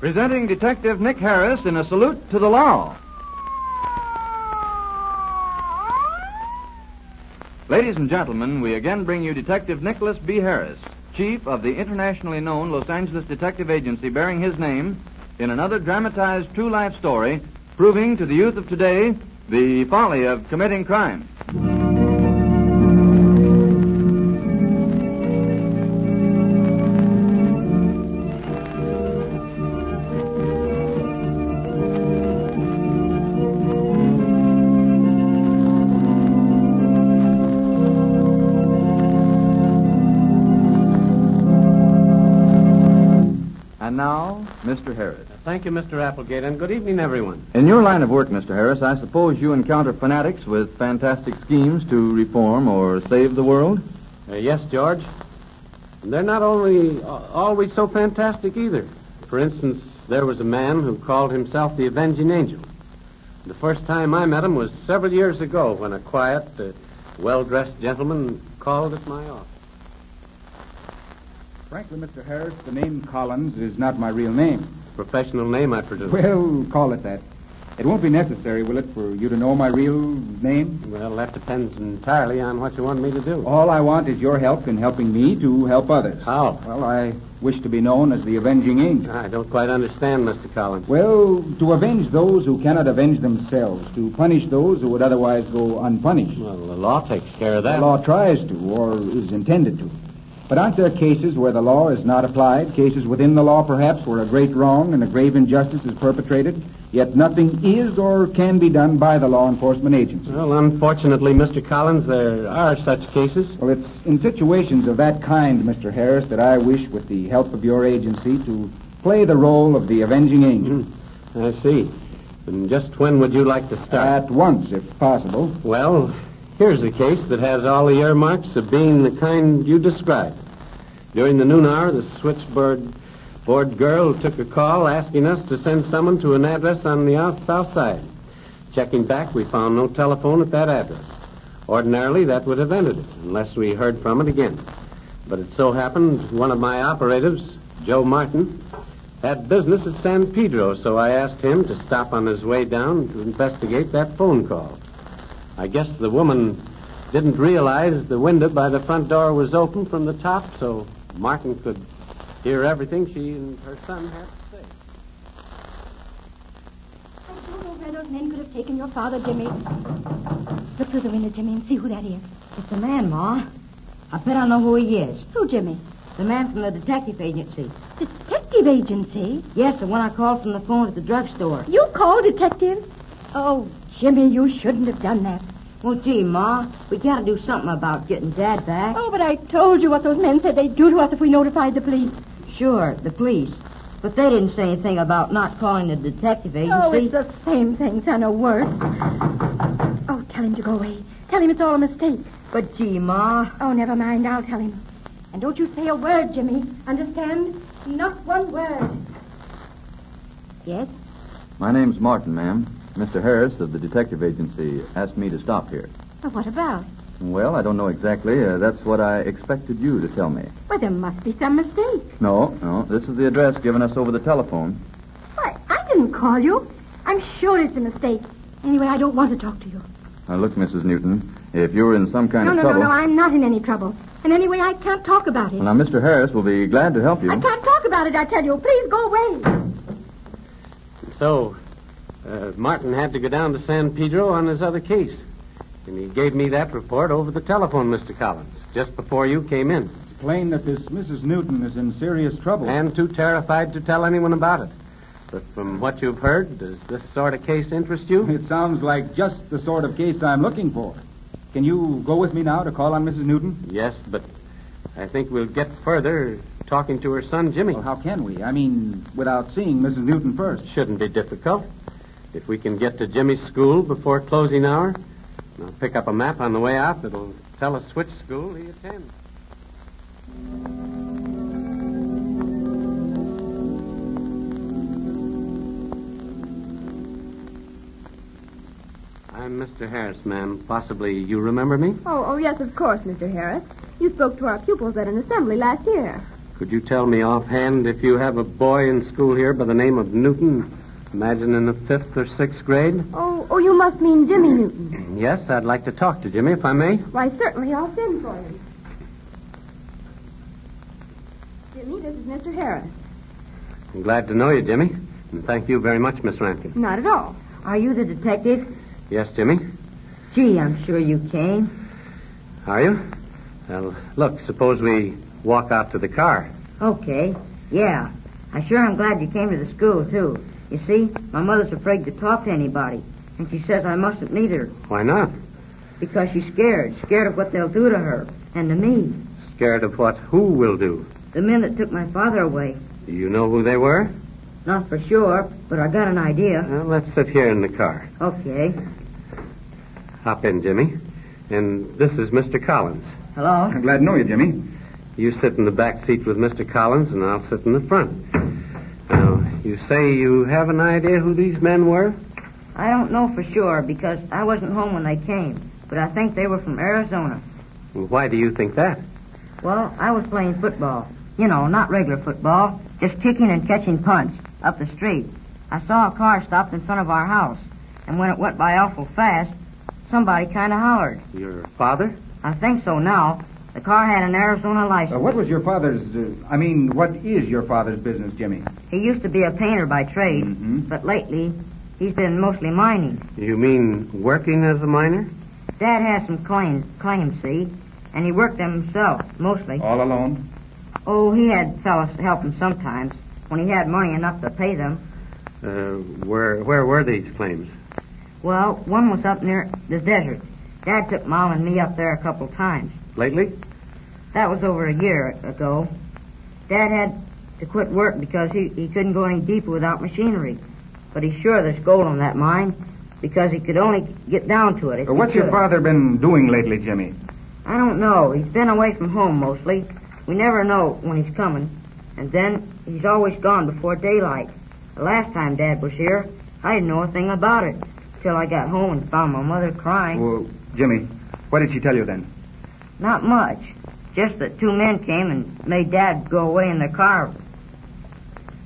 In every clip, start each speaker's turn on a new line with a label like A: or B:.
A: Presenting Detective Nick Harris in a salute to the law. Ladies and gentlemen, we again bring you Detective Nicholas B. Harris, chief of the internationally known Los Angeles detective agency bearing his name, in another dramatized true life story proving to the youth of today the folly of committing crime. And now, Mr. Harris.
B: Thank you, Mr. Applegate, and good evening, everyone.
A: In your line of work, Mr. Harris, I suppose you encounter fanatics with fantastic schemes to reform or save the world?
B: Uh, yes, George. And they're not only uh, always so fantastic either. For instance, there was a man who called himself the Avenging Angel. The first time I met him was several years ago when a quiet, uh, well dressed gentleman called at my office.
C: Frankly, Mr. Harris, the name Collins is not my real name.
B: Professional name, I presume.
C: Well, call it that. It won't be necessary, will it, for you to know my real name?
B: Well, that depends entirely on what you want me to do.
C: All I want is your help in helping me to help others.
B: How?
C: Well, I wish to be known as the Avenging Angel.
B: I don't quite understand, Mr. Collins.
C: Well, to avenge those who cannot avenge themselves, to punish those who would otherwise go unpunished.
B: Well, the law takes care of that.
C: The law tries to, or is intended to. But aren't there cases where the law is not applied? Cases within the law, perhaps, where a great wrong and a grave injustice is perpetrated, yet nothing is or can be done by the law enforcement agency?
B: Well, unfortunately, Mr. Collins, there are such cases.
C: Well, it's in situations of that kind, Mr. Harris, that I wish, with the help of your agency, to play the role of the avenging angel.
B: Hmm, I see. And just when would you like to start?
C: At once, if possible.
B: Well, here's a case that has all the earmarks of being the kind you described. During the noon hour, the switchboard board girl took a call asking us to send someone to an address on the out- south side. Checking back, we found no telephone at that address. Ordinarily, that would have ended it, unless we heard from it again. But it so happened one of my operatives, Joe Martin, had business at San Pedro, so I asked him to stop on his way down to investigate that phone call. I guess the woman didn't realize the window by the front door was open from the top, so Martin could hear everything she and her son had to say.
D: I don't know where those men could have taken your father, Jimmy. Look through the window, Jimmy, and see who that is.
E: It's a man, Ma. I bet I know who he is.
D: Who, Jimmy?
E: The man from the detective agency.
D: Detective agency?
E: Yes, the one I called from the phone at the drugstore.
D: You call detective? Oh, Jimmy, you shouldn't have done that.
E: Well, Oh, gee, Ma, we gotta do something about getting Dad back.
D: Oh, but I told you what those men said they'd do to us if we notified the police.
E: Sure, the police. But they didn't say anything about not calling the detective agency.
D: Oh, it's the same thing, son, or worse. Oh, tell him to go away. Tell him it's all a mistake.
E: But gee, Ma.
D: Oh, never mind. I'll tell him. And don't you say a word, Jimmy. Understand? Not one word. Yes?
A: My name's Martin, ma'am. Mr. Harris of the detective agency asked me to stop here.
D: But what about?
A: Well, I don't know exactly. Uh, that's what I expected you to tell me.
D: Well, there must be some mistake.
A: No, no. This is the address given us over the telephone.
D: Why, I didn't call you. I'm sure it's a mistake. Anyway, I don't want to talk to you.
A: Now, look, Mrs. Newton, if you were in some kind
D: no,
A: of
D: no,
A: trouble.
D: no, no. I'm not in any trouble. And anyway, I can't talk about it.
A: Well, now, Mr. Harris will be glad to help you.
D: I can't talk about it, I tell you. Please go away.
B: So, uh, Martin had to go down to San Pedro on his other case. And he gave me that report over the telephone, Mr. Collins, just before you came in.
C: It's plain that this Mrs. Newton is in serious trouble.
B: And too terrified to tell anyone about it. But from what you've heard, does this sort of case interest you?
C: It sounds like just the sort of case I'm looking for. Can you go with me now to call on Mrs. Newton?
B: yes, but I think we'll get further talking to her son, Jimmy.
C: Well, how can we? I mean, without seeing Mrs. Newton first.
B: Shouldn't be difficult. If we can get to Jimmy's school before closing hour, I'll pick up a map on the way out that'll tell us which school he attends. I'm Mr. Harris, ma'am. Possibly you remember me?
F: Oh, oh, yes, of course, Mr. Harris. You spoke to our pupils at an assembly last year.
B: Could you tell me offhand if you have a boy in school here by the name of Newton? Imagine in the fifth or sixth grade?
D: Oh, oh, you must mean Jimmy Newton.
B: Yes, I'd like to talk to Jimmy, if I may.
D: Why, certainly, I'll send for him. Jimmy, this is Mr. Harris.
B: I'm glad to know you, Jimmy. And thank you very much, Miss Rankin.
D: Not at all.
E: Are you the detective?
B: Yes, Jimmy?
E: Gee, I'm sure you came.
B: Are you? Well, look, suppose we walk out to the car.
E: Okay. Yeah. I sure am glad you came to the school, too. You see, my mother's afraid to talk to anybody. And she says I mustn't meet her
B: Why not?
E: because she's scared. Scared of what they'll do to her and to me.
B: Scared of what who will do.
E: The men that took my father away.
B: Do you know who they were?
E: Not for sure, but I got an idea.
B: Well, let's sit here in the car.
E: Okay.
B: Hop in, Jimmy. And this is Mr. Collins.
E: Hello?
C: I'm glad to know you, Jimmy.
B: You sit in the back seat with Mr. Collins, and I'll sit in the front. Now, you say you have an idea who these men were?
E: I don't know for sure because I wasn't home when they came, but I think they were from Arizona.
B: Well, Why do you think that?
E: Well, I was playing football. You know, not regular football, just kicking and catching punts up the street. I saw a car stopped in front of our house, and when it went by awful fast, somebody kind of hollered.
B: Your father?
E: I think so now. The car had an Arizona license.
C: Uh, what was your father's, uh, I mean, what is your father's business, Jimmy?
E: He used to be a painter by trade,
C: Mhm.
E: but lately he's been mostly mining.
B: You mean working as a miner?
E: Dad has some claims, claims, see, and he worked them himself mostly.
C: All alone?
E: Oh, he had fellas to help him sometimes when he had money enough to pay them.
B: Uh, where where were these claims?
E: Well, one was up near the desert. Dad took Mom and me up there a couple times.
B: Lately?
E: That was over a year ago. Dad had to quit work because he, he couldn't go any deeper without machinery. But he's sure there's gold on that mine because he could only get down to it. If
C: Uh,
E: he
C: what's your
E: could.
C: father been doing lately, Jimmy?
E: I don't know. He's been away from home mostly. We never know when he's coming. And then he's always gone before daylight. The last time Dad was here, I didn't know a thing about it till I got home and found my mother crying.
C: Well, Jimmy, what did she tell you then?
E: Not much. Just that two men came and made Dad go away in their car.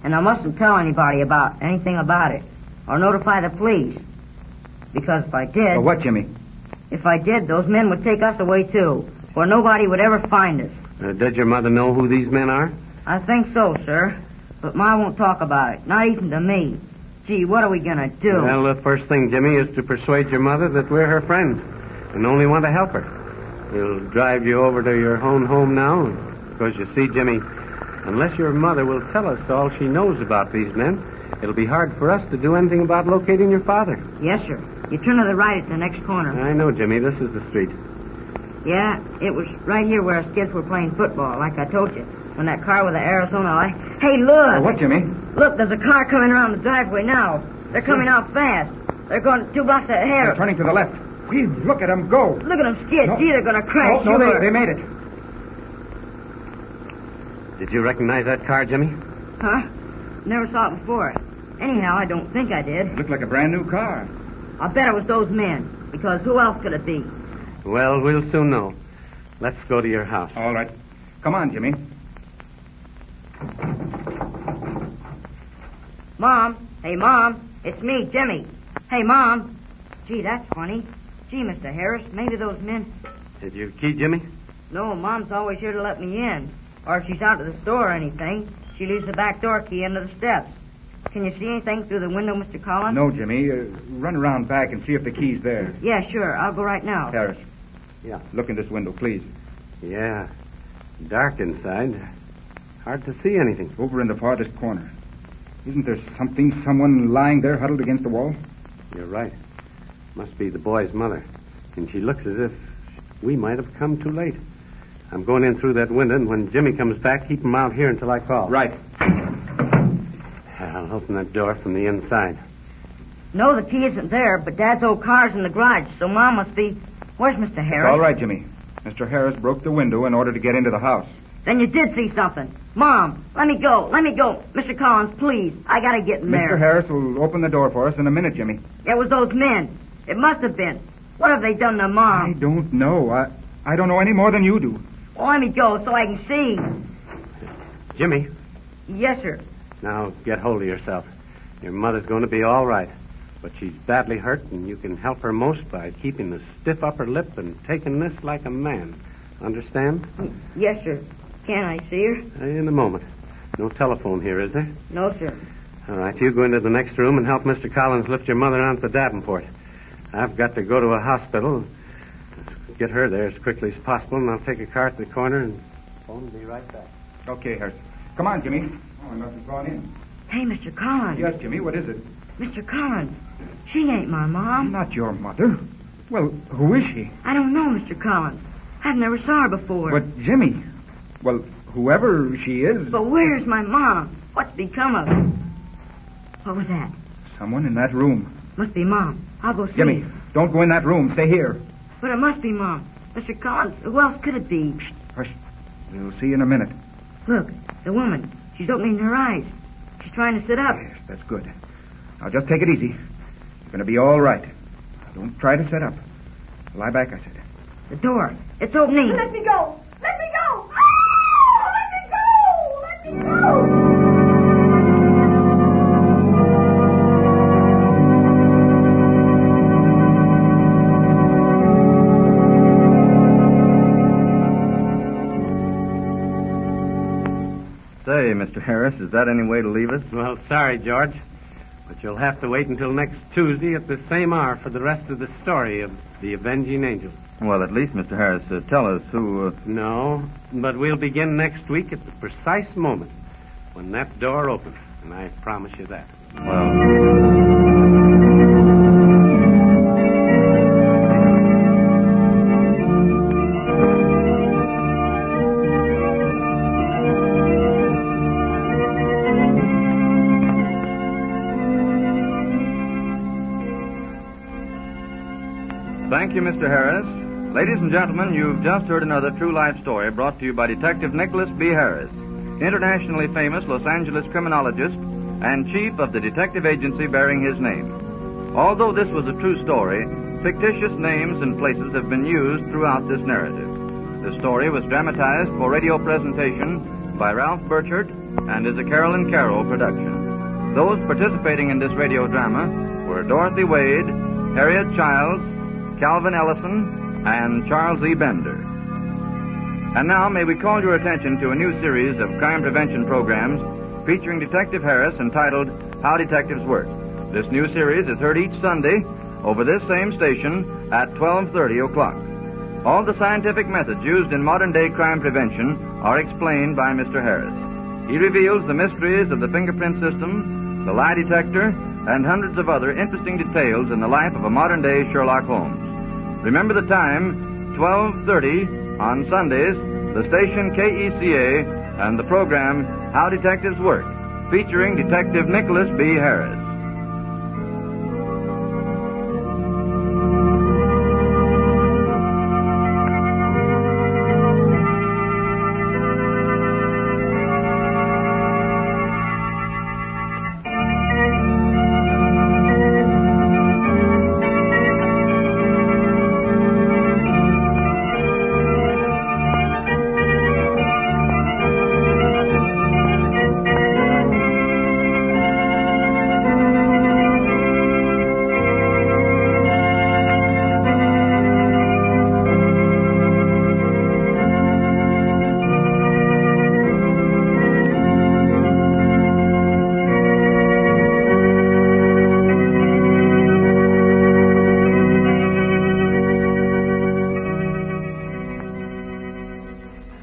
E: And I mustn't tell anybody about anything about it or notify the police. Because if I did,
C: Uh, what, Jimmy?
E: if I did, those men would take us away too, where nobody would ever find us.
B: Uh, did your mother know who these men are?
E: I think so, sir. But Ma won't talk about it, not even to me. Gee, what are we gonna do?
B: Well, the first thing, Jimmy, is to persuade your mother that we're her friends and only want to help her. We'll drive you over to your own home now. Because you see, Jimmy, unless your mother will tell us all she knows about these men, it'll be hard for us to do anything about locating your father.
E: Yes, sir. You turn to the right at the next corner.
B: I know, Jimmy. This is the street.
E: Yeah, it was right here where us kids were playing football, like I told you. When that car with the Arizona light. Hey, look!
C: Uh, what, Jimmy?
E: Look, there's a car coming around the driveway now. They're coming out fast. They're going two blocks
C: They're
E: ahead.
C: turning to the left. Please, look at them go.
E: Look at them skid.
C: No.
E: Gee, they're gonna
C: Oh,
E: crash.
C: no,
E: you
C: they,
E: are.
C: they made it.
B: Did you recognize that car, Jimmy?
E: Huh? Never saw it before. Anyhow, I don't think I did.
C: Looked like a brand new car.
E: I bet it was those men, because who else could it be?
B: Well, we'll soon know. Let's go to your house.
C: All right. Come on, Jimmy.
E: Mom, hey, Mom, it's me, Jimmy. Hey, Mom. Gee, that's funny. Gee, Mr. Harris, maybe those men.
B: Did you key, Jimmy?
E: No, Mom's always here to let me in. Or if she's out to the store or anything, she leaves the back door key under the steps. Can you see anything through the window, Mr. Collins?
C: No, Jimmy. Uh, run around back and see if the key's there.
E: Yeah, sure. I'll go right now.
C: Harris.
B: Yeah.
C: Look in this window, please.
B: Yeah. Dark inside. Hard to see anything.
C: Over in the farthest corner. Isn't there something, someone lying there huddled against the wall?
B: You're right. Must be the boy's mother. And she looks as if we might have come too late. I'm going in through that window, and when Jimmy comes back, keep him out here until I call.
C: Right.
B: I'll open that door from the inside.
E: No, the key isn't there, but Dad's old car's in the garage, so Mom must be. Where's Mr. Harris?
C: All right, Jimmy. Mr. Harris broke the window in order to get into the house.
E: Then you did see something. Mom, let me go. Let me go. Mr. Collins, please. I gotta get in there.
C: Mr. Harris will open the door for us in a minute, Jimmy.
E: It was those men. It must have been. What have they done to
C: I
E: Mom?
C: don't know. I, I don't know any more than you do.
E: Oh, let me go so I can see.
B: Jimmy,
E: Yes, sir.
B: now get hold of yourself. Your mother's going to be all right, but she's badly hurt, and you can help her most by keeping the stiff upper lip and taking this like a man. Understand?
E: Yes, sir. Can I see her?
B: In a moment. No telephone here, is there?
E: No, sir.
B: All right, you go into the next room and help Mr. Collins lift your mother onto the Davenport. I've got to go to a hospital. Get her there as quickly as possible, and I'll take a car to the corner and phone be right back.
C: Okay, Hurst. Come on, Jimmy. Oh, I must have gone in.
E: Hey, Mr. Collins.
C: Yes, Jimmy, what is it?
E: Mr. Collins. She ain't my mom.
C: not your mother. Well, who is she?
E: I don't know, Mr. Collins. I've never saw her before.
C: But Jimmy. Well, whoever she is,
E: But where's my mom? What's become of her? What was that?
C: someone in that room.
E: Must be mom. I'll go see.
C: Jimmy,
E: her.
C: don't go in that room. Stay here.
E: But it must be mom. Mr. Collins, who else could it be? Psst.
C: Hush. We'll see you in a minute.
E: Look, the woman. She's opening her eyes. She's trying to sit up.
C: Yes, that's good. Now just take it easy. You're going to be all right. Now, Don't try to set up. Lie back, I said.
E: The door. It's opening.
D: Let me go! Let me go! Ah! Let me go! Let me go!
A: Say, Mr. Harris, is that any way to leave us?
B: Well, sorry, George, but you'll have to wait until next Tuesday at the same hour for the rest of the story of the Avenging Angel.
A: Well, at least, Mr. Harris, uh, tell us who. Uh...
B: No, but we'll begin next week at the precise moment when that door opens, and I promise you that.
A: Well. Thank you, Mr. Harris. Ladies and gentlemen, you've just heard another true life story brought to you by Detective Nicholas B. Harris, internationally famous Los Angeles criminologist and chief of the detective agency bearing his name. Although this was a true story, fictitious names and places have been used throughout this narrative. The story was dramatized for radio presentation by Ralph Burchard and is a Carolyn Carroll production. Those participating in this radio drama were Dorothy Wade, Harriet Childs, Calvin Ellison, and Charles E. Bender. And now, may we call your attention to a new series of crime prevention programs featuring Detective Harris entitled How Detectives Work. This new series is heard each Sunday over this same station at 12.30 o'clock. All the scientific methods used in modern-day crime prevention are explained by Mr. Harris. He reveals the mysteries of the fingerprint system, the lie detector, and hundreds of other interesting details in the life of a modern-day Sherlock Holmes. Remember the time, 12:30 on Sundays, the station E KECA and the program How Detectives Work, featuring Detective Nicholas B. Harris.